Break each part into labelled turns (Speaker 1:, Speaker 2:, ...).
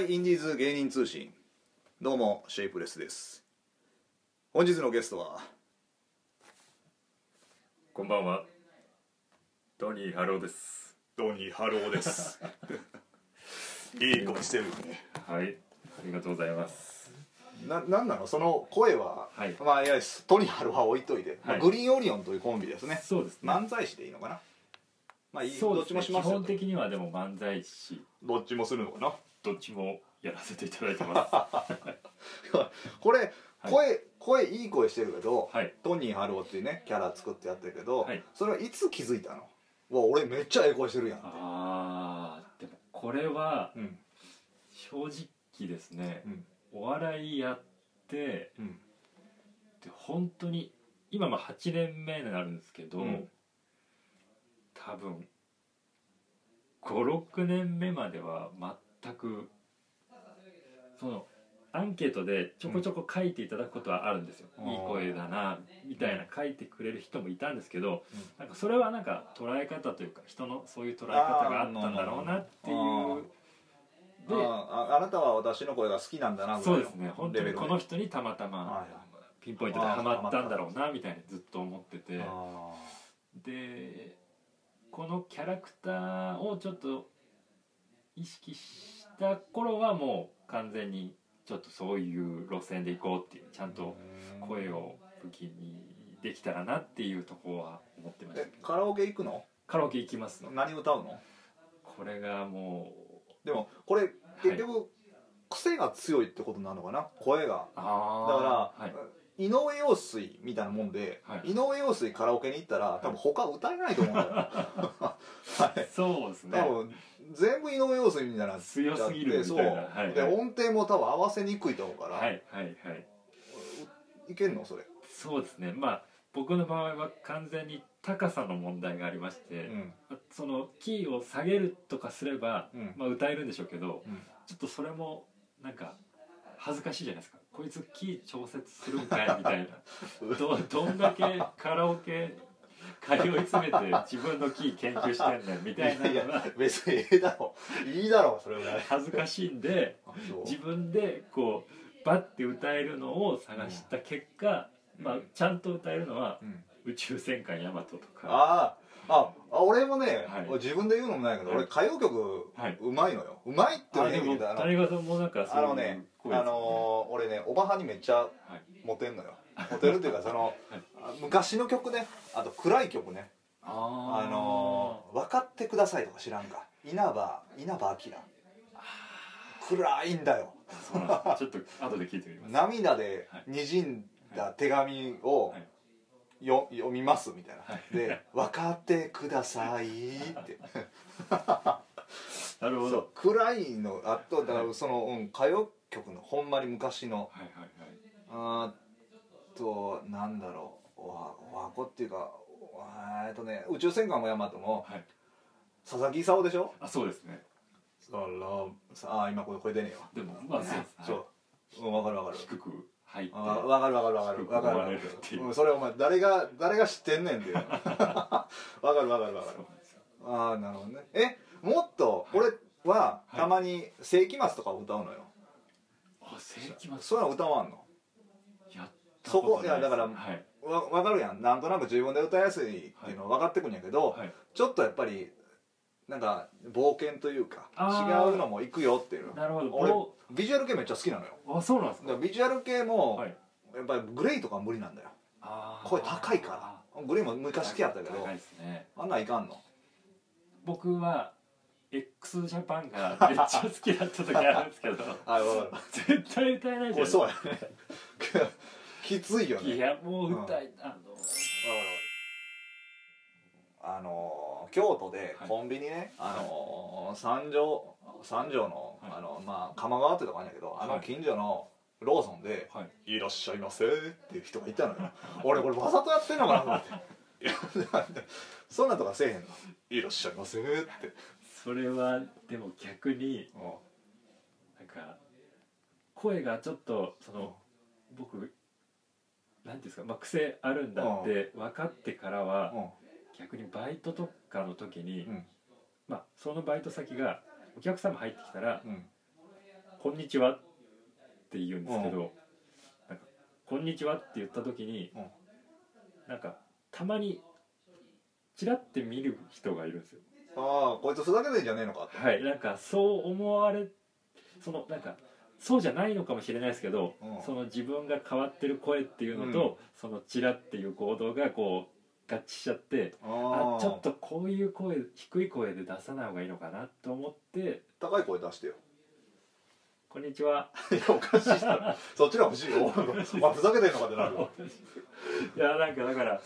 Speaker 1: イインディーズ芸人通信どうもシェイプレスです本日のゲストは
Speaker 2: こんばんは。トニーハローです。
Speaker 1: ドニーハローです いい声してるよね
Speaker 2: はい。ありがとうございます。
Speaker 1: ななんなのその声は、
Speaker 2: はい
Speaker 1: まあいやトニーハローは置いといて、まあ
Speaker 2: はい
Speaker 1: グリーンオリオンというコンビですね
Speaker 2: そうですね。
Speaker 1: 漫才師でいいのかなまあいい、
Speaker 2: そう
Speaker 1: どっ
Speaker 2: です
Speaker 1: ち
Speaker 2: ね
Speaker 1: もします
Speaker 2: 基
Speaker 1: よ
Speaker 2: 本的にはでも漫才師、
Speaker 1: どっちもするのかな
Speaker 2: どっちもやらせていただいてま
Speaker 1: これ、
Speaker 2: はい
Speaker 1: 声声いい声してるけど、
Speaker 2: す。 はい。
Speaker 1: トニーハローっていうねキャラ作ってやってるけど、
Speaker 2: はい
Speaker 1: それはいつ気づいたのうわ俺めっちゃええ声してるやんって
Speaker 2: ああ、でもこれは
Speaker 1: うん
Speaker 2: 正直ですね
Speaker 1: う。ん
Speaker 2: お笑いやって、
Speaker 1: うん
Speaker 2: で本当に今まあ8年目になるんですけど、
Speaker 1: うん
Speaker 2: 多分56年目までは全くそのアンケートでちょこちょこ書いていただくことはあるんですよ、
Speaker 1: うん
Speaker 2: いい声だなみたいな書いてくれる人もいたんですけど、
Speaker 1: うん
Speaker 2: なんかそれはなんか捉え方というか人のそういう捉え方があったんだろうなってい
Speaker 1: あー
Speaker 2: うで
Speaker 1: あああなたは私の声が好きなんだなぐらい
Speaker 2: そ
Speaker 1: の
Speaker 2: うですね本当
Speaker 1: レベ
Speaker 2: に
Speaker 1: ル
Speaker 2: この人にたまたま
Speaker 1: はいはい
Speaker 2: ピンポイントでハマったんだろうなみたいにずっと思ってて
Speaker 1: あ
Speaker 2: でこのキャラクターをちょっと意識した頃はもう完全にちょっとそういう路線で行こうっていうちゃん
Speaker 1: ー
Speaker 2: と
Speaker 1: うん
Speaker 2: 声を武器にできたらなっていうところは思ってました
Speaker 1: え
Speaker 2: けど
Speaker 1: カラオケ行くの
Speaker 2: カラオケ行きますの
Speaker 1: 何歌うの
Speaker 2: これがもう
Speaker 1: でもこれ結局、癖が強いってことなのかな声がだ
Speaker 2: あ
Speaker 1: か
Speaker 2: あ
Speaker 1: ら、
Speaker 2: はい
Speaker 1: 井上陽水みたいなもんで、
Speaker 2: はい
Speaker 1: 井上陽水カラオケに行ったら多分他歌えないと思 うんだよ、はい
Speaker 2: そうですね
Speaker 1: 多分全部井上陽水みたいな
Speaker 2: 強すぎるみたいな
Speaker 1: そう、
Speaker 2: はい
Speaker 1: で音程も多分合わせにくいと思うから、、
Speaker 2: はいいはいはい
Speaker 1: けんのそれ、
Speaker 2: そうですねまあ僕の場合は完全に高さの問題がありま
Speaker 1: う
Speaker 2: して、
Speaker 1: ん
Speaker 2: そのキーを下げるとかすれば、
Speaker 1: うん
Speaker 2: まあ、歌えるんでしょうけど
Speaker 1: うん
Speaker 2: ちょっとそれもなんか恥ずかしいじゃないですかこいつキー調節するんかいみたいな どどんだけカラオケ通い詰めて自分のキー研究してんねんみ
Speaker 1: い
Speaker 2: た
Speaker 1: や
Speaker 2: いないのが
Speaker 1: や別にええだろいいだろそれぐ らい
Speaker 2: 恥ずかしいんで
Speaker 1: そう
Speaker 2: 自分でこうバッて歌えるのを探した結果、まあ、ちゃんと歌えるのは
Speaker 1: うん
Speaker 2: 「宇宙戦艦ヤマト」とか
Speaker 1: あーああ俺もね、
Speaker 2: はい
Speaker 1: 自分で言うのもないけど、
Speaker 2: はい
Speaker 1: 俺歌謡曲
Speaker 2: はいう
Speaker 1: まいのようまいって
Speaker 2: あ
Speaker 1: 言う意
Speaker 2: でも
Speaker 1: 味であの
Speaker 2: 谷川さんもなんかそ
Speaker 1: あ
Speaker 2: ういう
Speaker 1: のね
Speaker 2: 声ですよね
Speaker 1: あのー俺ねおばはにめっちゃ
Speaker 2: はい
Speaker 1: モテんのよモテるっていうかその、あ昔の曲ねあと暗い曲ね
Speaker 2: あ
Speaker 1: あのー「分かってください」とか知らんか稲葉稲葉明暗いんだよ
Speaker 2: ーそうなんですちょっと後で聞いてみます
Speaker 1: 涙で
Speaker 2: はい
Speaker 1: にじんだ手紙を
Speaker 2: はい
Speaker 1: よ読みますみたいな、
Speaker 2: はい
Speaker 1: で「分かってください」 って
Speaker 2: なるほ
Speaker 1: そう
Speaker 2: ど
Speaker 1: 暗いのあとだからその、うん、歌謡曲のほんまに昔の
Speaker 2: はいはい
Speaker 1: あーとなんだろうおはおはこっていうかおはえっとね宇宙戦艦もヤマトも
Speaker 2: はいはい
Speaker 1: 佐々木功でしょ
Speaker 2: あそうですね
Speaker 1: そらさあ今これこれ出ねえわ
Speaker 2: でもまあそうですはい
Speaker 1: そう、うん、分かる分かる
Speaker 2: 低く入って
Speaker 1: あわかるわかるわかるわかるわか
Speaker 2: わか
Speaker 1: る
Speaker 2: るっていう
Speaker 1: うん、それお前誰が誰が知ってんねん っていうわかるわかるわかる
Speaker 2: そうなんですよ
Speaker 1: ああなるほどねえもっと俺は
Speaker 2: はい
Speaker 1: たまに世紀末とかを歌うのよ、
Speaker 2: あ世紀末
Speaker 1: そういうの歌わんの
Speaker 2: やったと
Speaker 1: そ
Speaker 2: な
Speaker 1: こ
Speaker 2: です
Speaker 1: いやだから
Speaker 2: はい
Speaker 1: わ分かるやんなんとなく自分で歌いやすいっていうのは分かってくんやけど、
Speaker 2: はい
Speaker 1: ちょっとやっぱりなんか冒険というか
Speaker 2: あー
Speaker 1: 違うのも行くよっていう
Speaker 2: なるほ
Speaker 1: 俺
Speaker 2: ど
Speaker 1: ビジュアル系めっちゃ好きなのよ
Speaker 2: おあそうなんです
Speaker 1: だか
Speaker 2: から
Speaker 1: ビジュアル系も、
Speaker 2: はい
Speaker 1: やっぱりグレイとかは無理なんだよ
Speaker 2: あー
Speaker 1: 声高いからグレイも昔好きやったけど
Speaker 2: 高いですね
Speaker 1: あんなんいかんの
Speaker 2: 僕は x ジャパンがめっちゃ好きだった時あるんですけど
Speaker 1: あ分か
Speaker 2: 絶対歌えないじゃない
Speaker 1: これ
Speaker 2: ですか
Speaker 1: そうやねきついよね
Speaker 2: いやもう歌い、あの
Speaker 1: あの京都で
Speaker 2: はい
Speaker 1: コンビニね、あの三条三条の,、
Speaker 2: はい
Speaker 1: あのまあ鎌川ってとこあるんやけどあの
Speaker 2: はい
Speaker 1: 近所のローソンで
Speaker 2: は
Speaker 1: 「
Speaker 2: い
Speaker 1: いらっしゃいませ」っていう人がいたの よ俺これわざとやってんのかなと思っていやなんでそんなんとかせえへんの「いらっしゃいませ」って、
Speaker 2: それはでも逆に
Speaker 1: うん
Speaker 2: なんか声がちょっとその僕なんていうんですか、まあ、癖あるんだって分かってからは逆にバイトとかの時に、
Speaker 1: うん
Speaker 2: まあ、そのバイト先がお客様入ってきたら
Speaker 1: うん
Speaker 2: こんにちは」って言うんですけど、なんかこんにちは」って言った時に、
Speaker 1: うん
Speaker 2: なんかたまにチラって見る人がいるんですよ
Speaker 1: ああこいつふざけてんじゃねえのかって
Speaker 2: はいなんかそう思われそのなんかそうじゃないのかもしれないですけど、
Speaker 1: うん
Speaker 2: その自分が変わってる声っていうのと、そのチラっていう行動がこう合致しちゃって
Speaker 1: あ
Speaker 2: あ
Speaker 1: あ
Speaker 2: ちょっとこういう声低い声で出さない方がいいのかなと思って
Speaker 1: 高い声出してよ
Speaker 2: 「こんにちは」
Speaker 1: いや おかしいっす よそっちら欲しいよ あふざけてんのかってなるよ
Speaker 2: いやなんかだから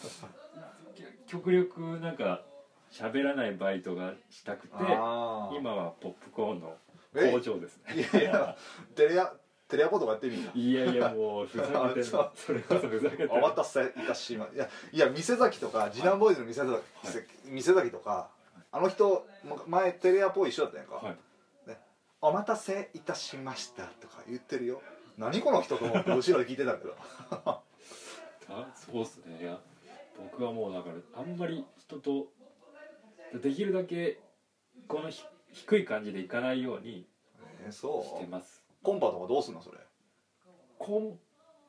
Speaker 2: き極力なんか喋らないバイトがしたくて
Speaker 1: ああ
Speaker 2: 今はポップコーンの
Speaker 1: え
Speaker 2: 工場ですね
Speaker 1: いやいやテレアテレアポとかやってみる
Speaker 2: いやいやもうふざけてる
Speaker 1: そう
Speaker 2: それこそふざけてる
Speaker 1: お待たせいたしまいやいや店崎とか次男ボーイズの店崎,、店崎とかあの人も前テレアポ一緒だったやんか、
Speaker 2: はい
Speaker 1: お待たせいたしましたとか言ってるよ何この人と思って後ろで聞いてたけ ど
Speaker 2: あそうっすねいや僕はもうだからあんまり人とできるだけこのひ低い感じでいかないように
Speaker 1: えー
Speaker 2: して
Speaker 1: そう
Speaker 2: ます
Speaker 1: コンパとかどうすんのそれ
Speaker 2: コン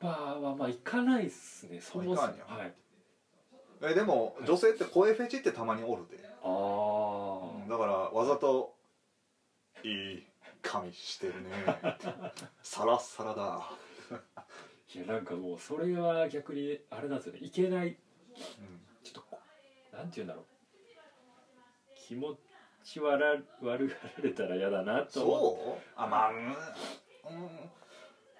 Speaker 2: パはまあいかないっすねそもそも
Speaker 1: あ
Speaker 2: はい
Speaker 1: かんや
Speaker 2: い
Speaker 1: えでも女性って声フェチってたまにおるで、
Speaker 2: ああ
Speaker 1: だからわざと「いい髪してる ね」サラッサラだ
Speaker 2: いやなんかもうそれは逆にあれなんですよねいけない
Speaker 1: うん
Speaker 2: ちょっとこなんて言うんだろう気持ち悪悪がられたら嫌だなと思って
Speaker 1: そうあまあうん、うん、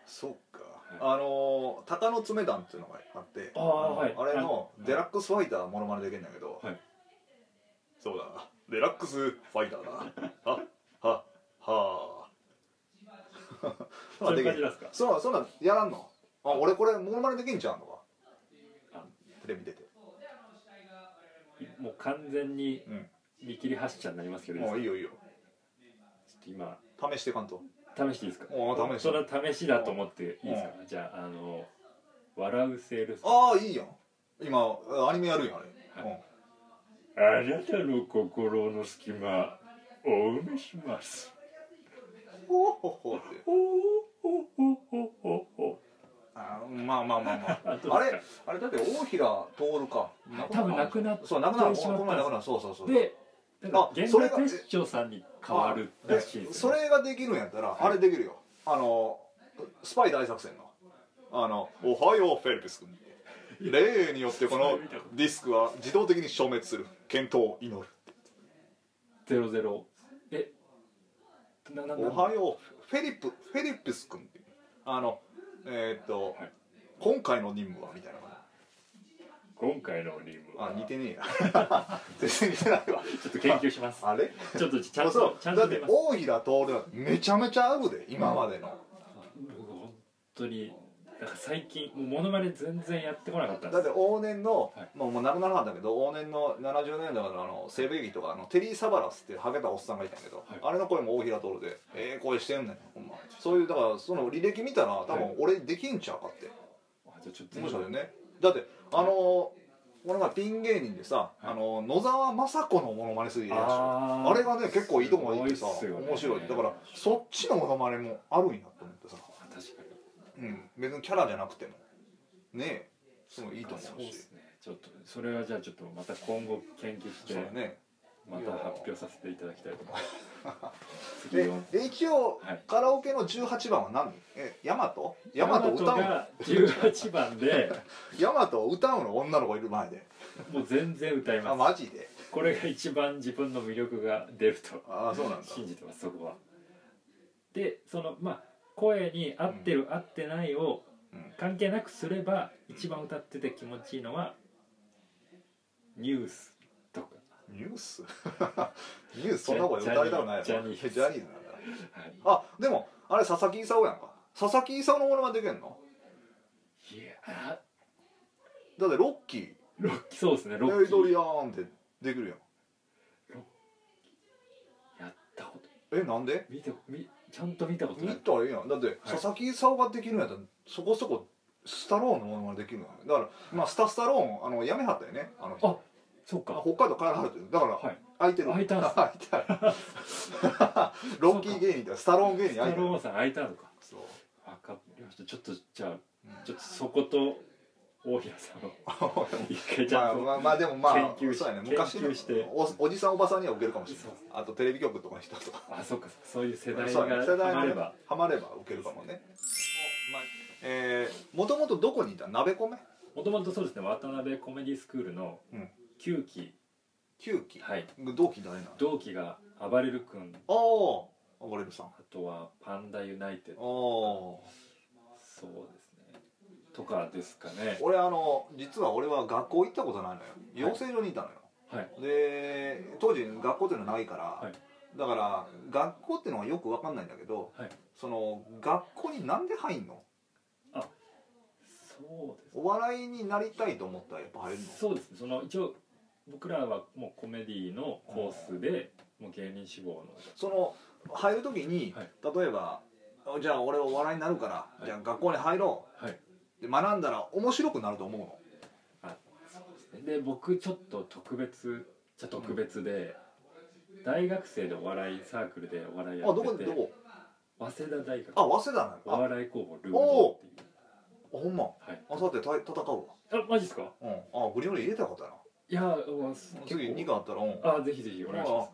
Speaker 1: そうか、
Speaker 2: は
Speaker 1: あの鷹の爪団っていうのがあって
Speaker 2: あー
Speaker 1: の
Speaker 2: はい
Speaker 1: あれの
Speaker 2: はい
Speaker 1: デラックスファイターモノマネできるんだけど、
Speaker 2: はい
Speaker 1: そうだデラックスファイターだはははあ
Speaker 2: そういう感じなんですか
Speaker 1: そうそんなんやらんのあ俺これモノマネできんじゃんのか
Speaker 2: あ
Speaker 1: テレビ出て
Speaker 2: もう完全に
Speaker 1: うん
Speaker 2: 見切り発車になりますけどいいで
Speaker 1: も
Speaker 2: す
Speaker 1: う
Speaker 2: か
Speaker 1: いいよいいよ
Speaker 2: ちょっと今
Speaker 1: 試してかんと
Speaker 2: 試していいですか
Speaker 1: おー試して
Speaker 2: それは試しだと思っていいですかじゃああの笑うセールス
Speaker 1: ああいいやん今アニメやるやんあれ、
Speaker 2: はい
Speaker 1: うん
Speaker 2: あなたの心の隙間お埋めします
Speaker 1: ほうほうほうって
Speaker 2: ほほほほほほ
Speaker 1: あーまあまあまあまあ
Speaker 2: あどうです か
Speaker 1: あれあれだって大平徹か
Speaker 2: 多分なくなって
Speaker 1: そうなくなる
Speaker 2: しまった
Speaker 1: この前なくなるそうそうそう
Speaker 2: でなんか
Speaker 1: あ
Speaker 2: 現
Speaker 1: それ
Speaker 2: 代
Speaker 1: が
Speaker 2: 鉄長さんに変わる
Speaker 1: あ
Speaker 2: ら
Speaker 1: で
Speaker 2: しいです
Speaker 1: そ
Speaker 2: よね
Speaker 1: れができるんやったらあれできるよあのスパイ大作戦のあの「おはようフェルプス君」例によってこのディスクは自動的に消滅する健闘を祈る
Speaker 2: ゼロゼロえなな
Speaker 1: お
Speaker 2: な
Speaker 1: はようフェリップフェリップス君っていうあのえーっと、
Speaker 2: はい
Speaker 1: 今回の任務はみたいな
Speaker 2: 今回の任務
Speaker 1: あ
Speaker 2: は
Speaker 1: 似てねえ や全然似てないわ
Speaker 2: ちょっと研究します
Speaker 1: あれ
Speaker 2: ちょっとちゃん
Speaker 1: そ
Speaker 2: と
Speaker 1: う
Speaker 2: ちゃん
Speaker 1: だ
Speaker 2: と
Speaker 1: って
Speaker 2: 出ます
Speaker 1: 大平徹はめちゃめちゃあるで今までの、
Speaker 2: 僕本当になんか最近もうモノマネ全然やってこなかったんで
Speaker 1: だっ
Speaker 2: す
Speaker 1: て往年の、
Speaker 2: はい
Speaker 1: もうもう亡くならんだけど往年の70年代のあの西部劇とかあのテリー・サバラスっていうハゲたおっさんがいたんやけど、
Speaker 2: い
Speaker 1: あれの声も大平徹で「ええ声してんねんほんま」そういうだからその履歴見たら多分俺できんちゃうかって、
Speaker 2: あじゃあちょっと
Speaker 1: 面白いよねだってあのーこの前ピン芸人でさ、あのー野沢雅子のモノマネするやつ
Speaker 2: あ
Speaker 1: あ
Speaker 2: ー
Speaker 1: れがね結構いいとこまでいってさ、
Speaker 2: すごいっすよね
Speaker 1: 面白いだからそっちのモノマネもあるんやと思ってさ
Speaker 2: あ確かに
Speaker 1: うん、別にキャラじゃなくてもねえすごいいいと思
Speaker 2: そう
Speaker 1: うし
Speaker 2: ですねちょっとそれはじゃあちょっとまた今後研究して
Speaker 1: そうだね
Speaker 2: また発表させていただきたいと思います次
Speaker 1: で
Speaker 2: の
Speaker 1: で一応、
Speaker 2: はい
Speaker 1: カラオケの18番は何えヤマトヤマト歌うの
Speaker 2: が18番で
Speaker 1: ヤマトを歌うの女の子いる前で
Speaker 2: もう全然歌い
Speaker 1: あ
Speaker 2: ます
Speaker 1: マジで
Speaker 2: これが一番自分の魅力が出ると
Speaker 1: ああそうなんだ
Speaker 2: 信じてますそこはでそのまあ声に合ってる、合ってないを
Speaker 1: うん
Speaker 2: 関係なくすれば一番歌ってて気持ちいいのはニュースとか
Speaker 1: ニュース ニュースそんな声歌いたくないやろ
Speaker 2: ジ
Speaker 1: ジ
Speaker 2: ャ
Speaker 1: ャ
Speaker 2: ニ
Speaker 1: ニ
Speaker 2: ーズ
Speaker 1: ーズなんだ
Speaker 2: はい
Speaker 1: あでもあれ佐々木功やんか佐々木功のものまでできんの
Speaker 2: いや
Speaker 1: だってロッキー
Speaker 2: ーロッキーそうですねロ
Speaker 1: エ
Speaker 2: ッ
Speaker 1: イ
Speaker 2: キー
Speaker 1: ドリアーンってできる
Speaker 2: やったこと
Speaker 1: やんえなんで
Speaker 2: 見てみちゃんと見たことな
Speaker 1: 見
Speaker 2: い
Speaker 1: たらいいやんだって、佐々木功ができるんやったらそこそこスタローンのものまでできるのよだからまあスタスタローンあのやめはったよねあの人
Speaker 2: あそっか
Speaker 1: 北海道からはるというだから、
Speaker 2: はい
Speaker 1: 空いてる
Speaker 2: 空い たんす
Speaker 1: 空いたロッキー芸人だスタローン芸人空い
Speaker 2: 太
Speaker 1: てる
Speaker 2: 郎さん空いたのか
Speaker 1: そう
Speaker 2: わかりましたちょっとじゃあちょっとそこと大平さんを一回ち
Speaker 1: ま
Speaker 2: ゃ
Speaker 1: あ
Speaker 2: んと、
Speaker 1: まあ、まあでもまあ
Speaker 2: 研究し
Speaker 1: そうやね昔の
Speaker 2: 研究して
Speaker 1: おおじさんおばさんには受けるかもしれ
Speaker 2: そう
Speaker 1: ないあとテレビ局とかの人とか
Speaker 2: あ、そっかそういう世代
Speaker 1: そ
Speaker 2: が
Speaker 1: うやね世代
Speaker 2: ハマれ
Speaker 1: の
Speaker 2: ば
Speaker 1: ハマれば受けるかもねえーもともとどこにいた鍋米
Speaker 2: もともとそうですね渡辺コメディスクールの
Speaker 1: うん
Speaker 2: 9期、
Speaker 1: 9期、
Speaker 2: はい、
Speaker 1: 同期誰なの
Speaker 2: 同期が暴れる
Speaker 1: あ
Speaker 2: 君
Speaker 1: あ暴れるさんあ
Speaker 2: あとはパンダユナイテッド
Speaker 1: あ
Speaker 2: そうですねとかですかね
Speaker 1: 俺あの実は俺は学校行ったことないのよ養成所にいたのよ、
Speaker 2: はい
Speaker 1: で当時学校っていうのはないから、
Speaker 2: はい
Speaker 1: だから学校っていうのはよく分かんないんだけど
Speaker 2: はい
Speaker 1: その学校になんで入んの
Speaker 2: そうです
Speaker 1: お笑いになりたいと思ったらやっぱ入るの
Speaker 2: そうですねその一応僕らはもうコメディのコースで、もう芸人志望の
Speaker 1: その入る時に、
Speaker 2: はい
Speaker 1: 例えばじゃあ俺お笑いになるから、
Speaker 2: い
Speaker 1: じゃあ学校に入ろ
Speaker 2: はい、
Speaker 1: うで学んだら面白くなると思うの
Speaker 2: で僕ちょっと特別じゃ特別で、大学生でお笑いサークルでお笑いや
Speaker 1: あど
Speaker 2: っ
Speaker 1: こ
Speaker 2: て
Speaker 1: でど
Speaker 2: て
Speaker 1: こ
Speaker 2: 早稲田大学
Speaker 1: あ早稲田な
Speaker 2: お
Speaker 1: のああ
Speaker 2: 笑い工房ルードっていう
Speaker 1: ほんま
Speaker 2: はい
Speaker 1: あさってた戦うわ
Speaker 2: あマジですか
Speaker 1: うんあグリオリ入れたことや
Speaker 2: いやもう
Speaker 1: な
Speaker 2: 結
Speaker 1: 次
Speaker 2: 構
Speaker 1: 2があったらうん
Speaker 2: あぜひぜひお願いしま
Speaker 1: あ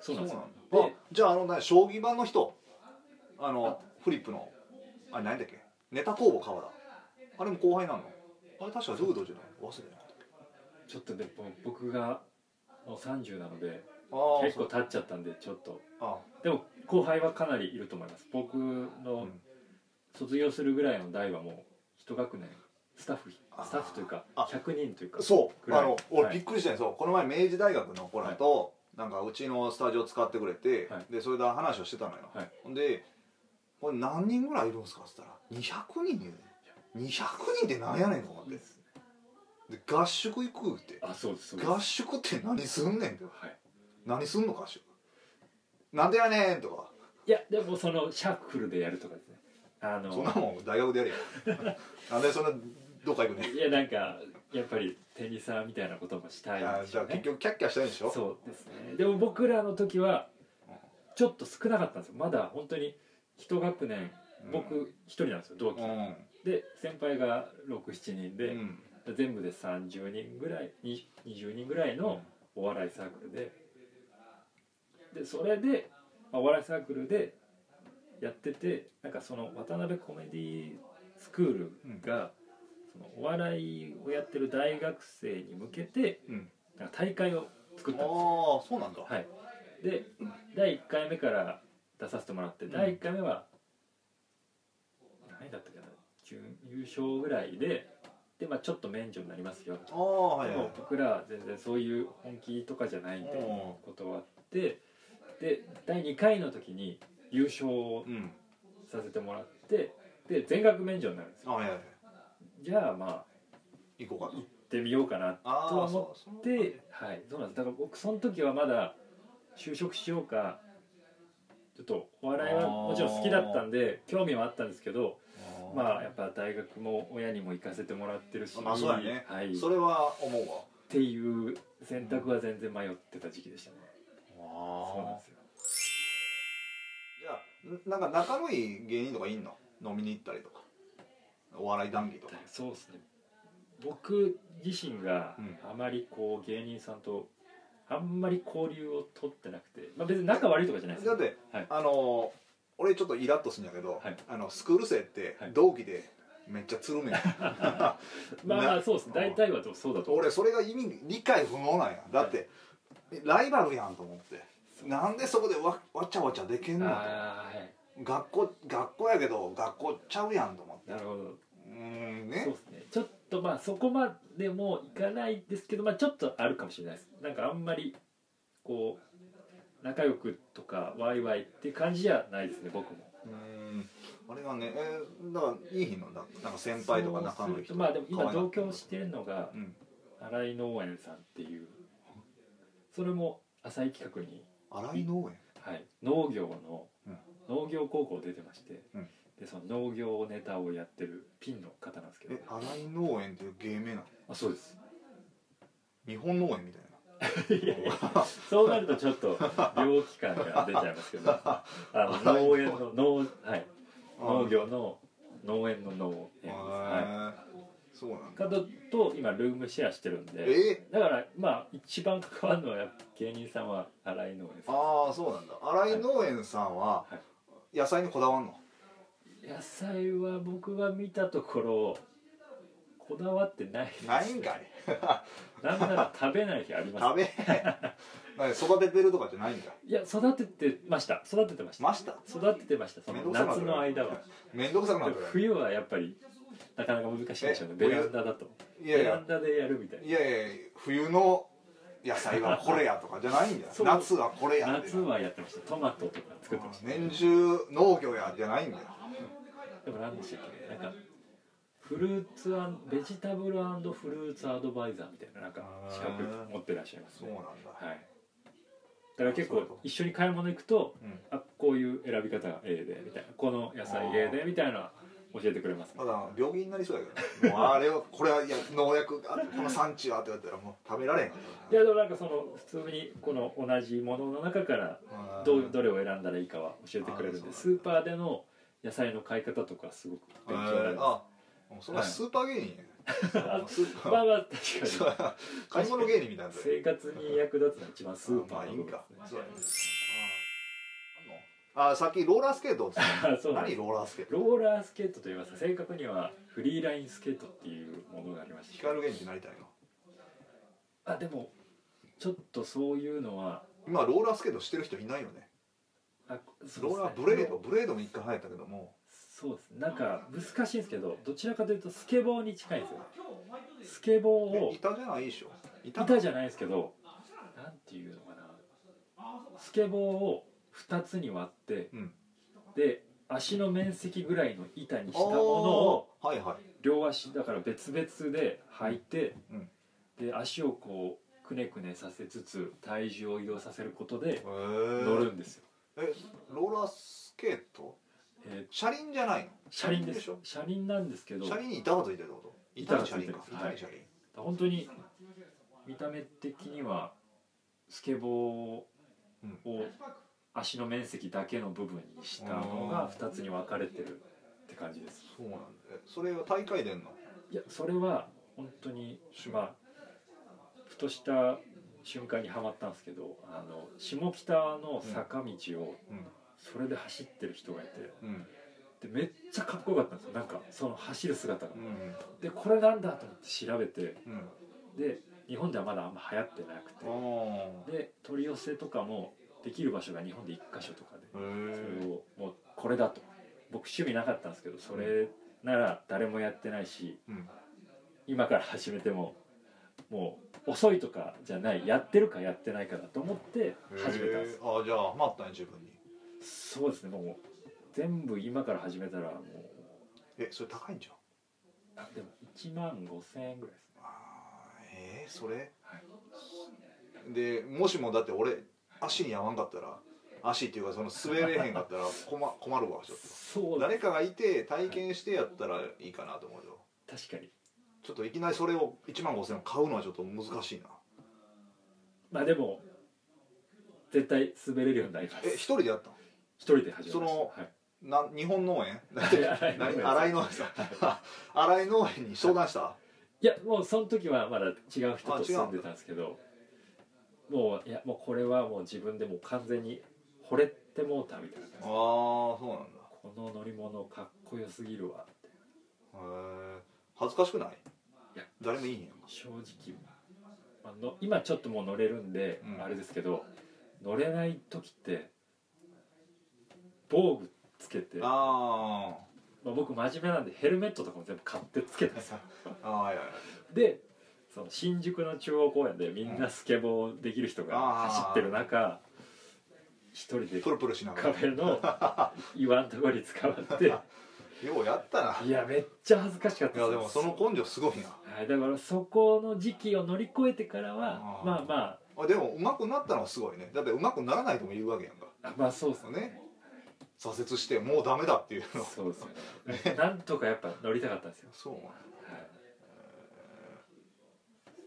Speaker 2: すそうなんですよ
Speaker 1: そうなんだあ
Speaker 2: で
Speaker 1: じゃああの何将棋盤の人あのフリップのあれ何だっけネタ工房川田あれも後輩なのあれ確かルードじゃない忘れなかった
Speaker 2: ちょっとでも僕がもう30なので
Speaker 1: ああ
Speaker 2: 結
Speaker 1: そ
Speaker 2: 構
Speaker 1: う
Speaker 2: 経っちゃったんでちょっと
Speaker 1: あ
Speaker 2: でも後輩はかなりいると思います僕
Speaker 1: う
Speaker 2: の
Speaker 1: ん
Speaker 2: 卒業するぐらいの代はもう一学年スタッフ
Speaker 1: あー
Speaker 2: スタッフというか
Speaker 1: あ
Speaker 2: 100人というか
Speaker 1: そう
Speaker 2: ぐらい
Speaker 1: あの俺
Speaker 2: はい
Speaker 1: びっくりしたんやそうこの前明治大学の子らと、なんかうちのスタジオ使ってくれて、
Speaker 2: はい
Speaker 1: でそれで話をしてたのよ、
Speaker 2: はい
Speaker 1: ほんで「これ何人ぐらいいるんですか?」っつったら「200人いる200人ってなんやねん」と思ってで合宿行くって
Speaker 2: あそうですそうです
Speaker 1: 合宿って何すんねんって
Speaker 2: はい
Speaker 1: 何すんの合宿なんでやねんとか
Speaker 2: いやでもそのシャッフルでやるとかですねあの
Speaker 1: そんなもん大学でや れよなんでそんなどっか行くねん
Speaker 2: いやなんかやっぱりテニサーみたいなこともしたいん
Speaker 1: あ
Speaker 2: でし
Speaker 1: じゃ
Speaker 2: ょ
Speaker 1: あ
Speaker 2: う
Speaker 1: 結
Speaker 2: ね
Speaker 1: 局キャッキャしたいんでしょ
Speaker 2: そうですねでも僕らの時はちょっと少なかったんですよまだ本当に一学年
Speaker 1: うん
Speaker 2: 僕一人なんですよ同期、
Speaker 1: うん
Speaker 2: で先輩が67人
Speaker 1: う
Speaker 2: で、
Speaker 1: ん
Speaker 2: 全部で30人ぐらいに20人ぐらいのお笑いサークルででそれで、まあお笑いサークルでやっててなんかその渡辺コメディスクールが、そのお笑いをやってる大学生に向けて
Speaker 1: うん
Speaker 2: なんか大会を作っ
Speaker 1: あ
Speaker 2: たんですよ
Speaker 1: あそうなんだ
Speaker 2: はい、で第1回目から出させてもらって、
Speaker 1: ん
Speaker 2: 第1回目は何位だったかな準優勝ぐらいでで、まあ、ちょっと免除になりますよ、
Speaker 1: ああはい
Speaker 2: で
Speaker 1: はい
Speaker 2: も僕らは全然そういう本気とかじゃないんで
Speaker 1: うん
Speaker 2: 断ってで第2回の時に優勝を
Speaker 1: うん
Speaker 2: させてもらってで全額免除になるんですよ
Speaker 1: あはいはい
Speaker 2: じゃあまあ
Speaker 1: 行こうか
Speaker 2: 行ってみようかな
Speaker 1: ああ
Speaker 2: と思っ
Speaker 1: そうそう
Speaker 2: で、はい、そうなんです。だから僕その時はまだ就職しようか、ちょっとお笑いはもちろん好きだったんで興味はあったんですけど、
Speaker 1: ま
Speaker 2: まあやっぱ大学も親にも行かせてもらってるし、
Speaker 1: まあそうやね
Speaker 2: はい、
Speaker 1: あ
Speaker 2: っ
Speaker 1: それは思うわ
Speaker 2: ていう選択は全然迷ってた時期でしたね。そうなんですよ。
Speaker 1: じゃあなんか仲のいい芸人とかいんの飲みに行ったりとかお笑い談義とか
Speaker 2: そうですね。僕自身が
Speaker 1: うん
Speaker 2: あまりこう芸人さんとあんまり交流を取ってなくて、まあ別に仲悪いとかじゃないです
Speaker 1: だ
Speaker 2: よ。
Speaker 1: って
Speaker 2: はい。
Speaker 1: あの俺ちょっとイラッとするんやけど、
Speaker 2: はい
Speaker 1: あのスクール生って
Speaker 2: はい
Speaker 1: 同期でめっちゃつる ねん、
Speaker 2: まあまあそうですね。大体はどうそうだと思う。
Speaker 1: 俺それが意味理解不能なんやだってライバルやんと思ってなんでそこでわわちゃわちゃできんの
Speaker 2: ああはい。
Speaker 1: 学校学校やけど学校ちゃうやんと思って
Speaker 2: なるほど、
Speaker 1: うーん
Speaker 2: そう
Speaker 1: ね
Speaker 2: ですねちょっとまあそこまでもいかないですけどまあちょっとあるかもしれないですなんかあんまりこう仲良くとかワイワイって感じじゃないですね僕も
Speaker 1: うーんあれがね、えーだからいい日のなんか先輩とか仲のいい人
Speaker 2: そうするまあでも
Speaker 1: 可
Speaker 2: 今
Speaker 1: 愛いな
Speaker 2: 同居してるのが
Speaker 1: うん
Speaker 2: 新井農園さんっていうそれも浅井企画に、
Speaker 1: 荒井農園
Speaker 2: はい、農業の、
Speaker 1: うん
Speaker 2: 農業高校出てまして、
Speaker 1: うん
Speaker 2: でその農業ネタをやってるピンの方なんですけど
Speaker 1: え荒井農園っていう芸名なの
Speaker 2: あそうです
Speaker 1: 日本農園みたいない
Speaker 2: やいやそうなるとちょっと病気感が出ちゃいますけどあの農園の農,、はい、農業の農園の農園です、は
Speaker 1: へえそうなん
Speaker 2: い、
Speaker 1: だ
Speaker 2: かとと今ルームシェアしてるんで
Speaker 1: え
Speaker 2: だからまあ一番関わるのはやっぱ芸人さんは荒井農園さん
Speaker 1: ああそうなんだ新井農園さんは
Speaker 2: は
Speaker 1: 野菜にこだわんの
Speaker 2: 野菜は僕が見たところこだわってないです
Speaker 1: ないんかい
Speaker 2: なんなら食べない日あります
Speaker 1: 食べ何育ててるとかじゃないんかい
Speaker 2: いや育ててました育ててました
Speaker 1: ました
Speaker 2: 育ててましたその夏の間は
Speaker 1: 面倒くさくなる
Speaker 2: でも
Speaker 1: から
Speaker 2: 冬はやっぱりなかなか難しいでしょうね
Speaker 1: え
Speaker 2: ベランダだと
Speaker 1: いやい
Speaker 2: ベラ
Speaker 1: や
Speaker 2: ンダでやるみたい
Speaker 1: いやいや冬の野菜はこれやとかじゃないんだよ
Speaker 2: そう
Speaker 1: 夏はこれや
Speaker 2: な
Speaker 1: って
Speaker 2: 夏はやってましたトマトとか作ってました
Speaker 1: 年中農業やじゃないんだよ
Speaker 2: でも何でしたっけなんかフルーツアンベジタブルフルーツアドバイザーみたいななんか資格持ってらっしゃいます
Speaker 1: そう
Speaker 2: ね
Speaker 1: なんだ
Speaker 2: はいだから結構一緒に買い物行くと
Speaker 1: うん
Speaker 2: あこういう選び方がええでみたいなこの野菜ええでみたいなのは教えてくれますね
Speaker 1: ただ病気になりそうだけどねもうあれはこれはいや農薬があってこの産地はってやったらもう食べられへんか
Speaker 2: いやでもなんかその普通にこの同じものの中から
Speaker 1: ら
Speaker 2: どうどれを選んだらいいかは教えてくれるん
Speaker 1: あー
Speaker 2: でス
Speaker 1: そう
Speaker 2: ーパーでの野菜の買い方とかすごく
Speaker 1: え
Speaker 2: 勉強になり
Speaker 1: ー
Speaker 2: ま
Speaker 1: あそれはスーパー芸人や、スー
Speaker 2: す
Speaker 1: パ
Speaker 2: まあ
Speaker 1: ー
Speaker 2: まあ確
Speaker 1: そ
Speaker 2: かに
Speaker 1: う買い物芸人みたいなやつ
Speaker 2: 生活に役立つのが一番スーパ
Speaker 1: まあ
Speaker 2: ー
Speaker 1: いい
Speaker 2: の
Speaker 1: ん
Speaker 2: 部分
Speaker 1: か
Speaker 2: です
Speaker 1: そう
Speaker 2: ね
Speaker 1: やねああさっきローラースケートって言った
Speaker 2: あそうなん
Speaker 1: 何
Speaker 2: です
Speaker 1: ローラースケート
Speaker 2: ローラースケートと言いますか正確にはフリーラインスケートっていうものがありまして
Speaker 1: 光源氏になりたいの
Speaker 2: あでもちょっとそういうのは
Speaker 1: 今ローラースケートしてる人いないよね
Speaker 2: あそうですね
Speaker 1: ローラーブレードブレードも一回流行ったけども
Speaker 2: そうですなんか難しいんですけどどちらかというとスケボーに近いんですよスケボーを
Speaker 1: え板じゃないでしょ板
Speaker 2: 板じゃないですけどなんていうのかなスケボーを2つに割って、
Speaker 1: うん
Speaker 2: で足の面積ぐらいの板にしたものを
Speaker 1: あーはいはい
Speaker 2: 両足だから別々で履いて、
Speaker 1: うん
Speaker 2: で足をこうくねくねさせつつ体重を移動させることで
Speaker 1: へ
Speaker 2: 乗
Speaker 1: ー
Speaker 2: るんですよ、
Speaker 1: えローラースケート
Speaker 2: えー
Speaker 1: 車輪じゃないの
Speaker 2: 車輪で
Speaker 1: ですしょ
Speaker 2: 車輪なんですけど
Speaker 1: 車輪に板がついてるってこと板に車輪か
Speaker 2: 板が
Speaker 1: 板
Speaker 2: つい
Speaker 1: に
Speaker 2: て
Speaker 1: 車輪
Speaker 2: 本当に見た目的にはスケボーを足の面積だけの部分にしたのが2つに分かれてるって感じです
Speaker 1: そうなんだえそれは大会でんの
Speaker 2: いやそれは本当に
Speaker 1: 趣味
Speaker 2: まあふとした瞬間にはまったんですけどあの下北の坂道を
Speaker 1: うん
Speaker 2: それで走ってる人がいて
Speaker 1: うん
Speaker 2: でめっちゃかっこよかったんですよなんかその走る姿が
Speaker 1: うん
Speaker 2: でこれなんだと思って調べて
Speaker 1: うん
Speaker 2: で日本ではまだあんま流行ってなくて
Speaker 1: あ
Speaker 2: で取り寄せとかもできる場所が日本で1箇所とかで
Speaker 1: あへ
Speaker 2: そ
Speaker 1: え
Speaker 2: れをもうこれだと僕趣味なかったんですけどそれなら誰もやってないし
Speaker 1: うん
Speaker 2: 今から始めてももう遅いとかじゃないやってるかやってないかだと思って始めたんで
Speaker 1: へーあーじゃあ待ったね自分に
Speaker 2: すそうですねもう全部今から始めたらもう
Speaker 1: えそれ高いんじゃん
Speaker 2: あでも1万5000円ぐらいですね
Speaker 1: あーえー、それ、
Speaker 2: は
Speaker 1: でもしもだって俺足に合わんかったら足っていうかその滑れへんかったら困困るわちょっ
Speaker 2: そ
Speaker 1: と
Speaker 2: うだ
Speaker 1: 誰かがいて体験してやったらいいかなと思うよ
Speaker 2: 確かに
Speaker 1: ちょっといきなりそれを1万5000円買うのはちょっと難しいな
Speaker 2: まあでも絶対滑れるようになります
Speaker 1: え一人でやったの
Speaker 2: 一人で始めまし
Speaker 1: そ
Speaker 2: た
Speaker 1: の
Speaker 2: はい
Speaker 1: な日本農 園
Speaker 2: い
Speaker 1: 何新井農園 さん新井農園に相談した
Speaker 2: いやもうその時はまだ違う人と住んでたんですけどもういやもうこれはもう自分でもう完全に惚れてもうたみたいな
Speaker 1: ああそうなんだ
Speaker 2: この乗り物かっこよすぎるわって
Speaker 1: へえ恥ずかしくない
Speaker 2: いや
Speaker 1: 誰もいいんや
Speaker 2: 正直、まあ、の今ちょっともう乗れるんで、
Speaker 1: うん
Speaker 2: あれですけど乗れない時って防具つけて
Speaker 1: あ
Speaker 2: まあ、僕真面目なんでヘルメットとかも全部買ってつけたんですよ
Speaker 1: ーあーいやいや
Speaker 2: でその新宿の中央公園でみんなスケボーできる人が走ってる中一人で
Speaker 1: プルプルしながら
Speaker 2: カフェの岩のところに捕 まって
Speaker 1: ようやったない
Speaker 2: やめっちゃ恥ずかしかった
Speaker 1: い
Speaker 2: す
Speaker 1: やでもその根性すごいな
Speaker 2: はい、だからそこの時期を乗り越えてからは
Speaker 1: あー
Speaker 2: まあま
Speaker 1: あでもうまくなったのはすごいねだってうまくならないとも言うわけやんか
Speaker 2: ああまあそうですね
Speaker 1: ね挫折してもうダメだっていう の
Speaker 2: そうですよね なんとかやっぱ乗りたかったんですよ、
Speaker 1: そう
Speaker 2: はい、だか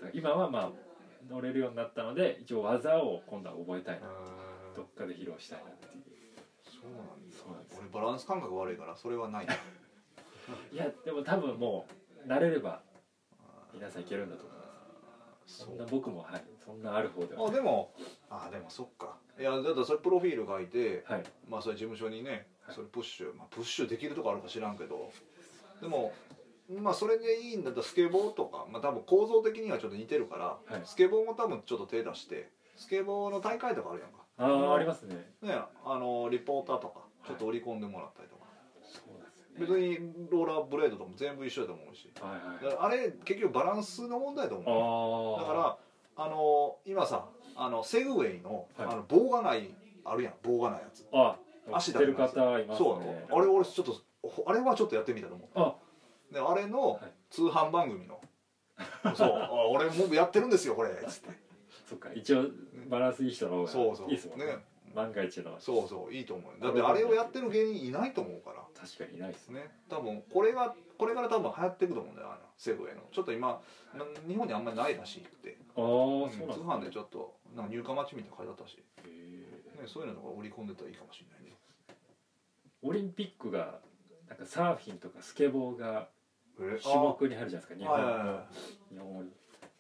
Speaker 2: ら今はまあ乗れるようになったので一応技を今度は覚えたいなど
Speaker 1: ー
Speaker 2: っかで披露したいなってい
Speaker 1: そうなんだ
Speaker 2: そうなんです
Speaker 1: 俺バランス感覚悪いからそれは ないな
Speaker 2: ういやでも多分もう慣れれば皆さんいけるんだと思います
Speaker 1: そ
Speaker 2: そん
Speaker 1: う
Speaker 2: な僕もはいそんなある方では
Speaker 1: あでもあでもそっかいやだってそれプロフィール書いて
Speaker 2: はい
Speaker 1: まあそれ事務所にね
Speaker 2: はい
Speaker 1: それプッシュ、まあ、プッシュできるとこあるか知らんけどでもまあそれでいいんだったらスケボーとか、まあ、多分構造的にはちょっと似てるから、
Speaker 2: はい
Speaker 1: スケボーも多分ちょっと手出してスケボーの大会とかあるやんか
Speaker 2: ああありますね
Speaker 1: ねあのリポーターとかちょっと織り込んでもらったりとか、
Speaker 2: そうですね
Speaker 1: 別にローラーブレードとかも全部一緒だと思うし
Speaker 2: はい
Speaker 1: だ
Speaker 2: はい
Speaker 1: からあれ結局バランスの問題だと思う
Speaker 2: あ
Speaker 1: だ
Speaker 2: あ
Speaker 1: からあの今さあのセグウェイの,、
Speaker 2: はい
Speaker 1: あの棒がないあるやん棒がないやつ
Speaker 2: あ
Speaker 1: 足
Speaker 2: 足
Speaker 1: だ
Speaker 2: だ
Speaker 1: け
Speaker 2: ける方います
Speaker 1: そうなの
Speaker 2: ね
Speaker 1: あれ俺ちょっとあれはちょっとやってみたと思
Speaker 2: あ
Speaker 1: うであれの
Speaker 2: はい
Speaker 1: 通販番組 の、そうあ俺もやってるんですよこれつって
Speaker 2: そっか一応バランスいい人の方が
Speaker 1: そうそう
Speaker 2: いいですもんね
Speaker 1: ね
Speaker 2: 万が一の
Speaker 1: そうそういいと思うだってあれをやってる芸人いないと思うから
Speaker 2: 確かにいないですね
Speaker 1: ね多分これがこれから多分流行っていくと思うんだよあのセグウェイのちょっと今な日本にあんまりないらしくて
Speaker 2: ああ
Speaker 1: うん
Speaker 2: そうなんですね
Speaker 1: 通販でちょっとなんか入荷待ちみたいなの書いてあったし、
Speaker 2: へー
Speaker 1: ね、そういうのとか売り込んでたらいいかもしれないね
Speaker 2: オリンピックがなんかサーフィンとかスケボーが
Speaker 1: え
Speaker 2: 種目に入るじゃないですか日
Speaker 1: はいはいはい
Speaker 2: 本
Speaker 1: は
Speaker 2: 日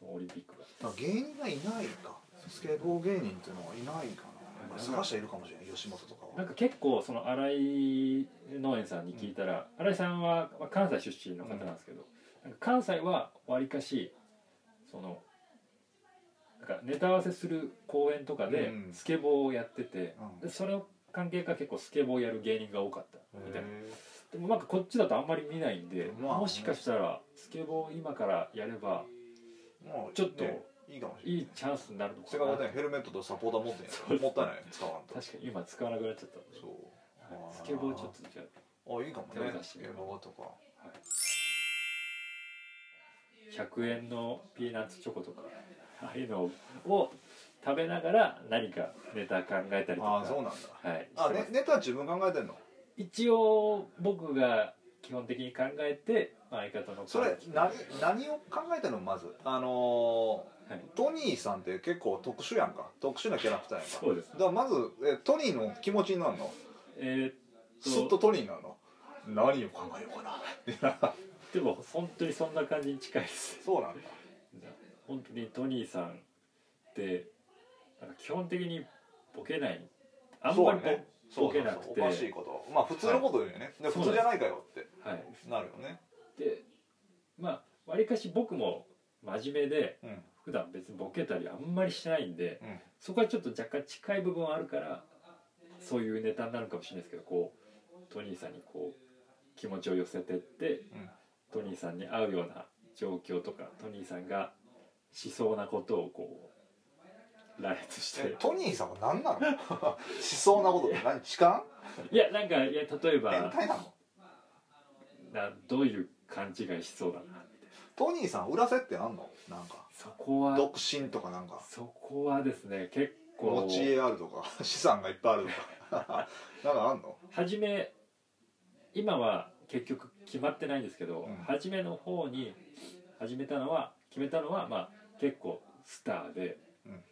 Speaker 2: 本オリンピックが
Speaker 1: まあ、芸人がいないかスケボー芸人っていうのはいないかな、まあ、探してはいるかもしれない吉本とか
Speaker 2: な
Speaker 1: は
Speaker 2: んか結構その新井農園さんに聞いたら、新井さんはまあ関西出身の方なんですけど、なんか関西はわりかしそのなんかネタ合わせする公演とかで
Speaker 1: うん
Speaker 2: スケボーをやってて、
Speaker 1: うん
Speaker 2: でそれの関係か結構スケボーをやる芸人が多かったみたいな
Speaker 1: へ
Speaker 2: でもなんかこっちだとあんまり見ないんで、
Speaker 1: まあ
Speaker 2: もしかしたらスケボーを今からやれば
Speaker 1: えまあ
Speaker 2: ちょっと
Speaker 1: ねいいかもしれない
Speaker 2: いいチャンスになるの
Speaker 1: せ
Speaker 2: か
Speaker 1: っか
Speaker 2: な
Speaker 1: くねヘルメットとサポーター持ってんや
Speaker 2: そうです
Speaker 1: もったいない使わんと
Speaker 2: 確かに今使わなくなっちゃったんで
Speaker 1: そう
Speaker 2: はいスケボーちょっとじゃあ
Speaker 1: あいいかも
Speaker 2: 手を
Speaker 1: ね
Speaker 2: 出し
Speaker 1: ス
Speaker 2: て
Speaker 1: ケボーとか
Speaker 2: 100円のピーナッツチョコとかああいうのを食べながら何かネタ考えたりと
Speaker 1: ああ
Speaker 2: か
Speaker 1: そうなんだ
Speaker 2: はい
Speaker 1: あ、
Speaker 2: してま
Speaker 1: ね
Speaker 2: す、
Speaker 1: ネタは自分考えてんの
Speaker 2: 一応僕が基本的に考えてまあ相方の
Speaker 1: それ何何を考えてんのまずあの
Speaker 2: はい
Speaker 1: ートニーさんって結構特殊やんか特殊なキャラクターやんか
Speaker 2: そうです
Speaker 1: だからまずえトニーの気持ちになるの
Speaker 2: えーっと
Speaker 1: すっとトニーになるの何を考えようかな
Speaker 2: でも本当にそんな感じに近いです
Speaker 1: そうなんだ
Speaker 2: 本当にトニーさんってなんか基本的にボケないあんまりボ,、
Speaker 1: そう
Speaker 2: ボケなくて
Speaker 1: そうそうおかしいことまあ普通のこと言うよね、で
Speaker 2: そう
Speaker 1: 普通じゃないかよって
Speaker 2: はい
Speaker 1: なるよね
Speaker 2: でまあわりかし僕も真面目で
Speaker 1: うん
Speaker 2: 普段別にボケたりあんまりしないんで
Speaker 1: うん
Speaker 2: そこはちょっと若干近い部分はあるからそういうネタになるかもしれないですけどこうトニーさんにこう気持ちを寄せてって
Speaker 1: うん
Speaker 2: トニーさんに合うような状況とかトニーさんがしそうなことをこう羅列し
Speaker 1: え
Speaker 2: て
Speaker 1: トニーさんは何なのしそうなことって何痴漢
Speaker 2: いやなんかいや例え
Speaker 1: 変
Speaker 2: ば
Speaker 1: 態なの
Speaker 2: などういう勘違いしそうだな
Speaker 1: トニーさん裏設定あんのなんか
Speaker 2: そこは
Speaker 1: 独身とかなんか
Speaker 2: そこはですね結
Speaker 1: 持
Speaker 2: 構
Speaker 1: ち家あるとか 資産がいっぱいあるとか なんかあんの
Speaker 2: 初め今は結局決まってないんですけど、
Speaker 1: うん
Speaker 2: 初めの方に始めたのは決めたのはまあ結構スターで、
Speaker 1: うん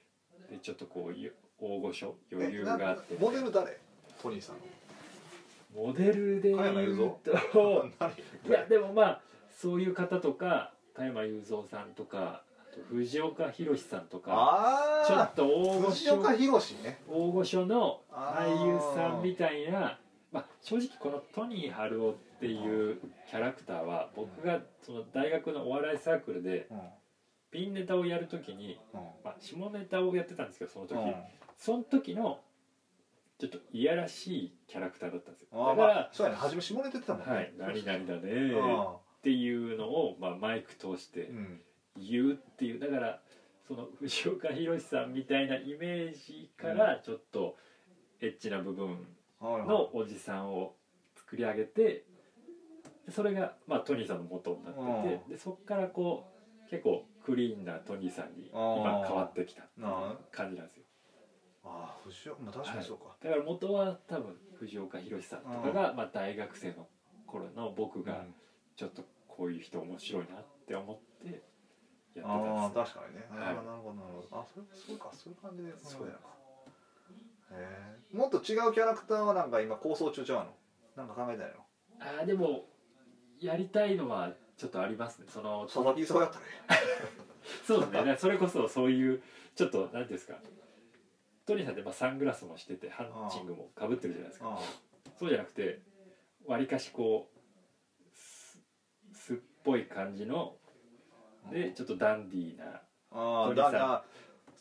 Speaker 2: でちょっとこうゆ大御所余
Speaker 1: え
Speaker 2: 裕
Speaker 1: なん
Speaker 2: があって
Speaker 1: モデル誰トニーさんの
Speaker 2: モデルで言
Speaker 1: 加山雄
Speaker 2: う
Speaker 1: 三
Speaker 2: と
Speaker 1: 何
Speaker 2: いやでもまあそういう方とか加山雄三さんとかあと藤岡弘さんとか
Speaker 1: あ
Speaker 2: ちょ
Speaker 1: あ
Speaker 2: っと大御
Speaker 1: 藤岡
Speaker 2: 所
Speaker 1: 弘ね
Speaker 2: 大御所の
Speaker 1: あー
Speaker 2: 俳優さんみたいな、まあ、正直このトニー春夫っていうキャラクターは僕がその大学のお笑いサークルで
Speaker 1: うん
Speaker 2: ピンネタをやるときに、
Speaker 1: うん
Speaker 2: まあ、下ネタをやってたんですけどその時、
Speaker 1: うん
Speaker 2: その時のちょっといやらしいキャラクターだったんですよ
Speaker 1: あ
Speaker 2: だ
Speaker 1: ーま
Speaker 2: か
Speaker 1: あ
Speaker 2: ら、
Speaker 1: そうやね初め下ネタ言ってたもんね
Speaker 2: はい「何々だね
Speaker 1: う
Speaker 2: ー」っていうのを、まあ、マイク通して
Speaker 1: んうん
Speaker 2: 言うっていうだからその藤岡弘さんみたいなイメージからちょっとエッチな部分
Speaker 1: はいはい
Speaker 2: のおじさんを作り上げてでそれが、まあ、トニーさんの元になってて、でそこからこう結構クリーンなトニーさんに今変わってきたっていう感じなんですよ
Speaker 1: ああ藤岡まあ確かにそうか
Speaker 2: だから元は多分藤岡弘さんとかが、まあ、大学生の頃の僕が
Speaker 1: うん
Speaker 2: ちょっとこういう人面白いなって思ってやって
Speaker 1: あ
Speaker 2: た
Speaker 1: あ
Speaker 2: んで
Speaker 1: 確かにね、
Speaker 2: はい
Speaker 1: ああなるほどなるほどあそれそうかそういう感じで考えるのかへえもっと違うキャラクターはなんか今構想中ちゃうのなんか考えてないの
Speaker 2: すああでもやりたいのはちょっとありますねその
Speaker 1: 佐々木そうや ったね
Speaker 2: そうですねだからそれこそそういうちょっと何ていうんですかトニーさんってまあサングラスもしててハンチングもかぶってるじゃないですか
Speaker 1: あ
Speaker 2: そうじゃなくてわりかしこうすすっぽい感じのでちょっとダンディーな
Speaker 1: ああ
Speaker 2: 鳥
Speaker 1: だ
Speaker 2: さん
Speaker 1: から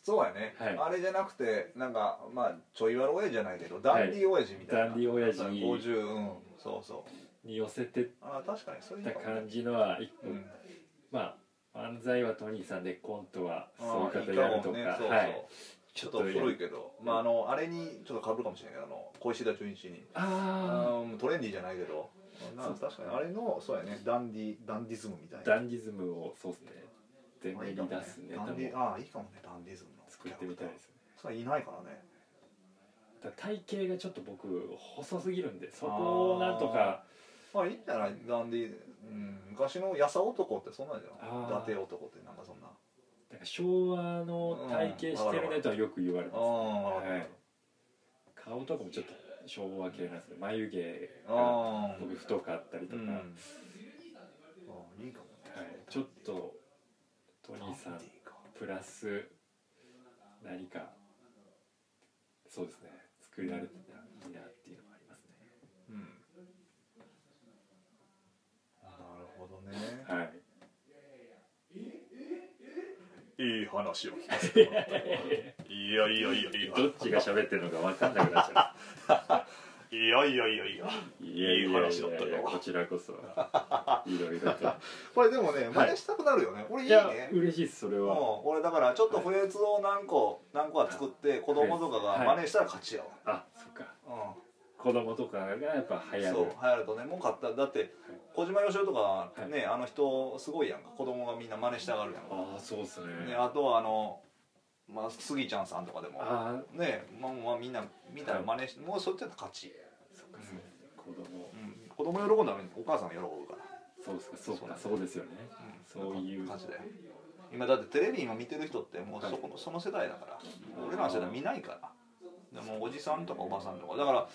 Speaker 1: そうやね、
Speaker 2: はい
Speaker 1: あれじゃなくてなんかまあちょい悪親父じゃないけどダンディ親父みたいな、
Speaker 2: ダンディー親父に
Speaker 1: 50うんそうそう
Speaker 2: に寄せてっ
Speaker 1: ああ確かにそれいい
Speaker 2: た
Speaker 1: かも、
Speaker 2: 感じのは一個
Speaker 1: うん、
Speaker 2: まあ漫才はトニーさんでコントは
Speaker 1: あ
Speaker 2: そ
Speaker 1: あ
Speaker 2: うい
Speaker 1: いうい
Speaker 2: 方
Speaker 1: か
Speaker 2: やる
Speaker 1: も
Speaker 2: とか
Speaker 1: ねそうそう、
Speaker 2: はい
Speaker 1: ちょっと古いけど、
Speaker 2: うん
Speaker 1: まああのあれにちょっと被るかもしれないけどあの小石田純一に
Speaker 2: あ
Speaker 1: あートレンディーじゃないけどな
Speaker 2: そう
Speaker 1: 確かにあれのそうやねダンディダンディズムみたい
Speaker 2: あ
Speaker 1: な
Speaker 2: ダンディズムをそうですね全部に出すネタ
Speaker 1: ダ
Speaker 2: も
Speaker 1: ンディああいいかもねダンディズムの
Speaker 2: 作ってみたいですね
Speaker 1: それいないからね
Speaker 2: ただ体型がちょっと僕細すぎるんでそこをなんとか
Speaker 1: まあいいんじゃないダンディ、うん、昔のやさ男ってそんなんじゃ
Speaker 2: あ
Speaker 1: ん
Speaker 2: ー
Speaker 1: 伊達男ってなんかそんな
Speaker 2: なんか昭和の体型してるねとはよく言われます、
Speaker 1: ああ、
Speaker 2: はい、顔とかもちょっと昭和系なんですね眉毛が
Speaker 1: ああ
Speaker 2: 僕太かったりと
Speaker 1: う
Speaker 2: か、
Speaker 1: んあ
Speaker 2: はい、
Speaker 1: あいいかもね
Speaker 2: ちょっとト
Speaker 1: ダ
Speaker 2: ニ
Speaker 1: ン
Speaker 2: ーさん
Speaker 1: ディか
Speaker 2: プラス何かそうですね作られてたらいいなっていうのもありますね
Speaker 1: うんなるほどね
Speaker 2: はい
Speaker 1: いい話を聞かせてもらったよいやいやいやいや
Speaker 2: どっちが喋ってるのか分かんなくなっちゃ
Speaker 1: いやいやいやいや
Speaker 2: ういやいやいやい
Speaker 1: いい話だった
Speaker 2: や
Speaker 1: よ
Speaker 2: こちらこそいろいろと
Speaker 1: これでもね
Speaker 2: はい
Speaker 1: 真似したくなるよね、俺いい
Speaker 2: い
Speaker 1: ね
Speaker 2: や嬉しいですそれ
Speaker 1: うん
Speaker 2: は
Speaker 1: 俺だからちょっとフレーズを何個何個は作って子供とかが真似したら勝ちやわ、
Speaker 2: あそっか
Speaker 1: うん
Speaker 2: 子供とかがやっぱ流行る
Speaker 1: そう流行るとねもう買っただって小島よしおとかね、あの人すごいやんか子供がみんな真似したがるやんか、
Speaker 2: ああそうっすね
Speaker 1: ね、あとはあの、まあ、スギちゃんさんとかでも
Speaker 2: ああ
Speaker 1: ねまあまあみんな見たら真似して、もうそっちだと勝ち、
Speaker 2: そっかそう子供
Speaker 1: うん、子供喜んだらお母さんが喜ぶから
Speaker 2: そうっすかそうかそうですよねそういう
Speaker 1: 感じだよ今だってテレビ今見てる人ってもうそこのその世代だから俺らの世代見ないからでもおじさんとかおばさんとかだから、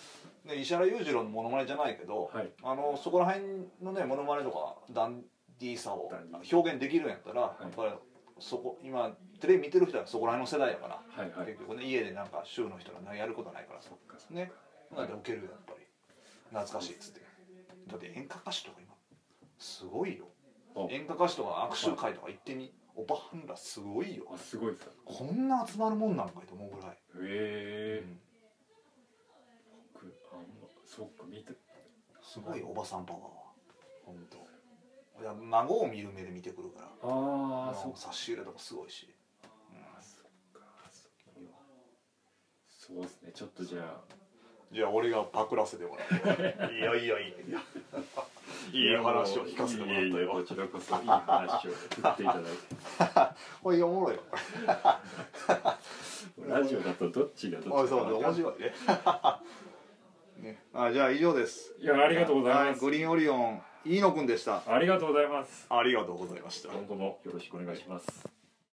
Speaker 1: ね、石原裕次郎のモノマネじゃないけど、
Speaker 2: はい
Speaker 1: あのそこら辺のねモノマネとかダンディーさを
Speaker 2: ダンディー
Speaker 1: 表現できるんやったら、
Speaker 2: い
Speaker 1: やっぱりそこ今テレビ見てる人はそこら辺の世代やから、
Speaker 2: はいはい
Speaker 1: 結局ね家でなんか週の人がやることないからさ
Speaker 2: そっかそっか
Speaker 1: ねなんでウケるよやっぱり懐かしいっつってだって演歌歌手とか今すごいよ
Speaker 2: あ
Speaker 1: 演歌歌手とか握手会とか行ってみおばはんらすごいよ
Speaker 2: あすごいっすか
Speaker 1: こんな集まるもんなんかいと思うぐらい、
Speaker 2: へえ
Speaker 1: うん
Speaker 2: 僕あんまそっか見た
Speaker 1: すごいおばさんパワーは本当。いや孫を見る目で見てくるから
Speaker 2: ああそ
Speaker 1: も
Speaker 2: っ
Speaker 1: う
Speaker 2: か
Speaker 1: 差し入れとかすごいし、
Speaker 2: あそっかそうよそうっすねちょっとじゃあ
Speaker 1: じゃあ俺がパクらせてもら ういやいやいやいやいい話を聞かせてもらった
Speaker 2: いやいや
Speaker 1: よ
Speaker 2: こちらこそいい話を振っていただいて
Speaker 1: これおもろいよ
Speaker 2: ラジオだとどっちがど
Speaker 1: あ
Speaker 2: っちか
Speaker 1: そう面
Speaker 2: 分かんない
Speaker 1: 白いねねあじゃあ以上です
Speaker 2: いやありがとうござい
Speaker 1: は
Speaker 2: ます
Speaker 1: グリーンオリオン飯野くんでした
Speaker 2: ありがとうございます
Speaker 1: ありがとうございました
Speaker 2: 今後もよろしくお願いします